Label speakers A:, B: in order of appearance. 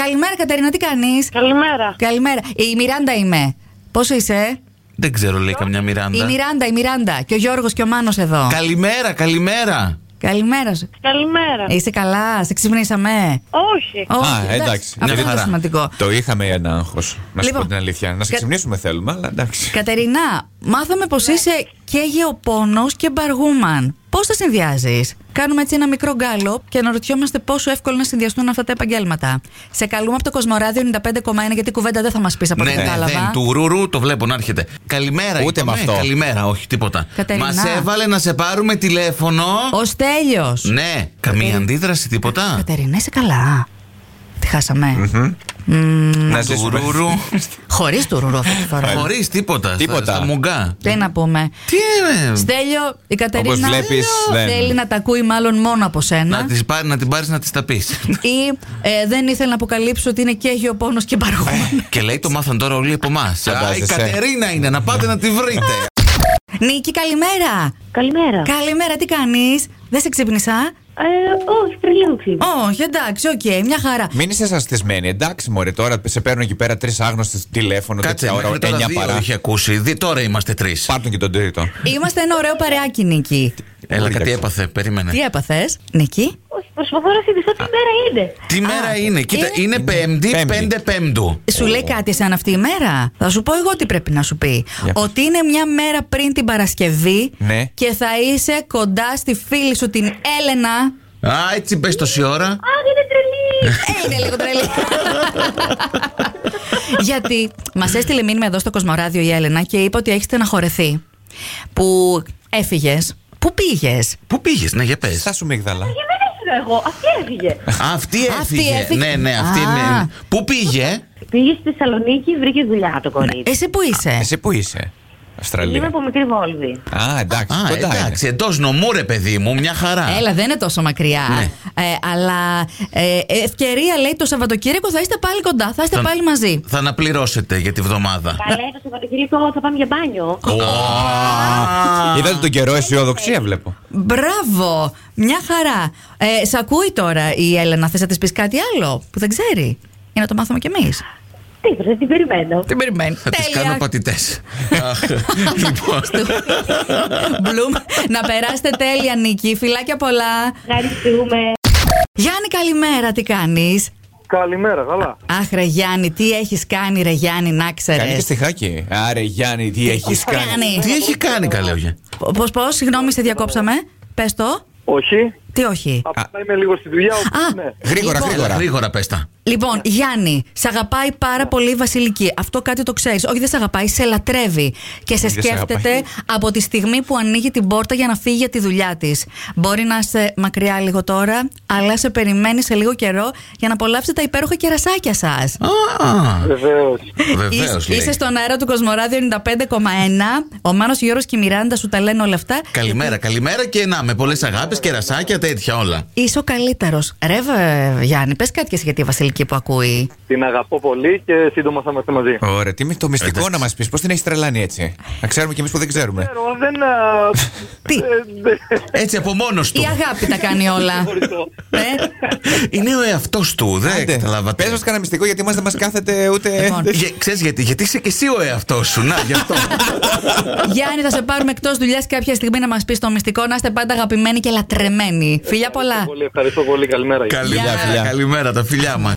A: Καλημέρα, Κατερίνα, τι κάνεις.
B: Καλημέρα.
A: Καλημέρα. Η Μιράντα είμαι. Πόσο είσαι,
C: Δεν ξέρω, λέει καμιά
A: Η
C: Μιράντα.
A: Μιράντα, η Μιράντα. Και ο Γιώργος και ο Μάνος εδώ.
C: Καλημέρα, καλημέρα.
A: Καλημέρα σου.
B: Καλημέρα.
A: Είσαι καλά, σε ξυπνήσαμε.
B: Όχι.
A: Όχι,
D: εντάξει. Μια
A: Αυτό είναι το
C: χαρά.
A: σημαντικό.
D: Το είχαμε ένα άγχος. Να σου
A: Λοιπόν,
D: πω την αλήθεια. Να σε
A: κα-
D: ξυπνήσουμε θέλουμε, αλλά εντάξει.
A: Κατερινά, μάθαμε πως είσαι και γεωπόνος και μπαργούμαν. Πώς τα συνδυάζεις, Κάνουμε έτσι ένα μικρό γκάλο και αναρωτιόμαστε πόσο εύκολο να συνδυαστούν αυτά τα επαγγέλματα. Σε καλούμε από το Κοσμοράδιο 95,1 γιατί κουβέντα δεν θα μας πεις από ό,τι
C: Ναι, ναι,
A: κατάλαβα.
C: δεν, του ρουρού το βλέπω να έρχεται. Καλημέρα,
D: Ούτε
C: είπαμε.
D: με αυτό.
C: Καλημέρα, όχι τίποτα.
A: Κατερινά.
C: Μας έβαλε να σε πάρουμε τηλέφωνο.
A: Ο Στέλιος.
C: Ναι, καμία αντίδραση, τίποτα.
A: Κατερινά, είσαι καλά. Τη χάσαμε.
D: Mm-hmm. Να
C: Του
D: ζήσουμε.
C: ρουρού.
A: Χωρίς του ρουρό αυτή τη φορά.
C: Χωρίς τίποτα.
D: Τίποτα.
C: Στα, στα μουγκά.
A: Τι να πούμε.
C: Τι είναι.
A: Στέλιο, η Κατερίνα
D: βλέπεις, δεν-
A: θέλει να τα ακούει μάλλον μόνο από σένα.
C: Να, τις πάρει, να την πάρεις να της τα πεις.
A: Ή ε, δεν ήθελε να αποκαλύψει ότι είναι και γεωπόνο και
D: Ε.
A: παρχούμενο.
C: και λέει το μάθαν τώρα όλοι από εμάς. Α, η
D: Φαντάζεσαι.
C: Κατερίνα είναι, να πάτε να τη βρείτε.
A: Νίκη, καλημέρα.
B: Καλημέρα.
A: Καλημέρα, τι κάνεις. Δεν σε ξύπνησα.
B: Ε, όχι, πριν λίγο ξύπνησα.
A: Όχι, εντάξει, οκ, μια χαρά.
D: Μην είσαι σαστισμένη. Εντάξει, Μωρέ, τώρα σε παίρνουν εκεί πέρα τρεις άγνωστες τηλέφωνο.
C: Κάτσε,
D: τέτοια ώρα,
C: μέχρι τώρα
D: 9
C: δύο
D: παρά.
C: είχε ακούσει. Δι- Τώρα είμαστε τρεις.
D: Πάρτον και τον τρίτο.
A: Είμαστε ένα ωραίο παρεάκι, Νίκη.
D: Ναι.
C: Έλα, κάτι
D: Εντάξει.
C: έπαθε, περίμενε.
A: Τι έπαθες, Νίκη.
B: Όχι, προσπαθώ να συνδυθώ τι μέρα είναι.
C: Τι μέρα είναι, κοίτα, είναι, Πέμπτη,
D: Πέμπτη.
C: 5 Πέμπτου.
A: Σου λέει κάτι σαν αυτή η μέρα. Θα σου πω εγώ τι πρέπει να σου πει.
D: Για πες.
A: Ότι είναι μια μέρα πριν την Παρασκευή
D: Ναι.
A: και θα είσαι κοντά στη φίλη σου την Έλενα.
C: Α, έτσι πες τόση ώρα.
B: Α, είναι τρελή.
A: Ε, είναι λίγο τρελή. Γιατί μας έστειλε μήνυμα εδώ στο Κοσμοράδιο η Έλενα και είπε ότι έχεις στεναχωρεθεί. Που έφυγες. Πού πήγες.
C: Πού πήγες, ναι, για πες. Ε.
D: Σα σου μίγδαλα.
B: Και Ε, δεν έφυγα εγώ. Αυτή έφυγε.
C: Αυτή
A: Αυτή
C: έφυγε.
A: έφυγε.
C: Ναι, ναι, αυτή
A: Α.
C: ναι. Πού πήγε,
B: Πήγε στη Θεσσαλονίκη, βρήκε δουλειά το κορίτσι.
A: Εσύ που είσαι.
D: Εσύ που είσαι,
B: Είμαι
D: Αυστραλία.
B: από μικρή Βόλβη.
D: Α, εντάξει,
C: Α,
D: κοντά είναι.
C: εντάξει, εντός νομού ρε παιδί μου, μια χαρά.
A: Έλα, δεν είναι τόσο μακριά.
D: Ναι.
A: Ε, αλλά ε, ευκαιρία λέει το Σαββατοκύριακο θα είστε πάλι κοντά, θα είστε
C: Θα-
A: πάλι μαζί.
C: Θα αναπληρώσετε για τη βδομάδα.
B: Καλέ, το Σαββατοκύριακο θα πάμε για μπάνιο.
C: Α.
D: Είδατε τον καιρό αισιοδοξία, βλέπω.
A: Μπράβο! Μια χαρά. Ε, σ' ακούει τώρα η Έλενα. Θες να της πεις κάτι άλλο που δεν ξέρει. Για να το μάθουμε κι εμείς.
B: Τίποτα, την περιμένω.
A: Την περιμένει.
C: Θα τις κάνω πατητές. Αχ, λοιπόν.
A: Μπλουμ. να περάσετε τέλεια, Νίκη. Φιλάκια πολλά.
B: Ευχαριστούμε.
A: Γιάννη, καλημέρα. Τι κάνεις.
E: Καλημέρα, καλά.
A: Αχ, ρε Γιάννη, τι έχεις κάνει, ρε Γιάννη, να
D: Κάνει
A: ξέρει.
D: και στιχάκι. Άρε, Γιάννη, τι έχεις κάνει.
A: Κάνει.
C: Τι έχει κάνει καλέ ο Γιάννη.
A: Πώς, πώς, συγγνώμη, σε διακόψαμε. Πες το.
E: Όχι,
A: Τι όχι.
E: απλά είμαι λίγο στη δουλειά. οπότε
A: Α.
E: ναι.
D: Γρήγορα,
A: Λοιπόν,
C: Έλα,
D: γρήγορα.
C: γρήγορα πες τα.
D: Ναι.
A: Λοιπόν, Γιάννη, σε αγαπάει πάρα πολύ η Βασιλική. Αυτό κάτι το ξέρεις. Όχι, δεν σε αγαπάει, σε λατρεύει. Και σε
D: Δεν σε
A: σκέφτεται
D: αγαπάει.
A: από τη στιγμή που ανοίγει την πόρτα για να φύγει για τη δουλειά της. Μπορεί να είσαι μακριά λίγο τώρα, αλλά σε περιμένει σε λίγο καιρό για να απολαύσετε τα υπέροχα κερασάκια σας.
C: Α,
E: Βεβαίως.
C: βεβαίως.
A: Είσαι- Είσαι στον αέρα του Κοσμοράδιο 95,1. Ο Μάνος Γιώργος και η Μιράντα σου τα λένε όλα αυτά.
C: Καλημέρα, καλημέρα και να με πολλές αγάπες, κερασάκια, τέτοια όλα.
A: Είσαι ο καλύτερος. Ρε, βε, Γιάννη, πες κάτι και εσύ για τη Βασιλική που ακούει.
E: Την αγαπώ πολύ και σύντομα θα είμαστε μαζί.
D: Ωραία, τι με το μυστικό
C: Εντάξει.
D: να μας πεις, πώς την έχει τρελάνει έτσι. Να ξέρουμε κι εμείς που δεν ξέρουμε.
E: Ξέρω, δεν. α,
A: Τι?
E: ε, δεν-
C: Έτσι από μόνος του.
A: Η αγάπη τα κάνει όλα.
E: Χωριστό.
A: ε,
C: Είναι ο εαυτός του, δεν καταλαβαίνω.
D: Πες μας κανένα μυστικό γιατί μας δεν μας κάθεται ούτε.
A: Λοιπόν.
C: Ξέρεις γιατί, γιατί είσαι και εσύ ο εαυτός σου. Να, γι' αυτό.
A: Γιάννη, θα σε πάρουμε εκτός δουλειάς κάποια στιγμή να μας πεις το μυστικό. Να είστε πάντα αγαπημένοι και λατρεμένοι. Φιλιά πολλά.
E: Πολύ ευχαριστώ πολύ. Καλημέρα.
C: καλημέρα,
D: Φιλιά.
C: καλημέρα, τα φιλιά μας.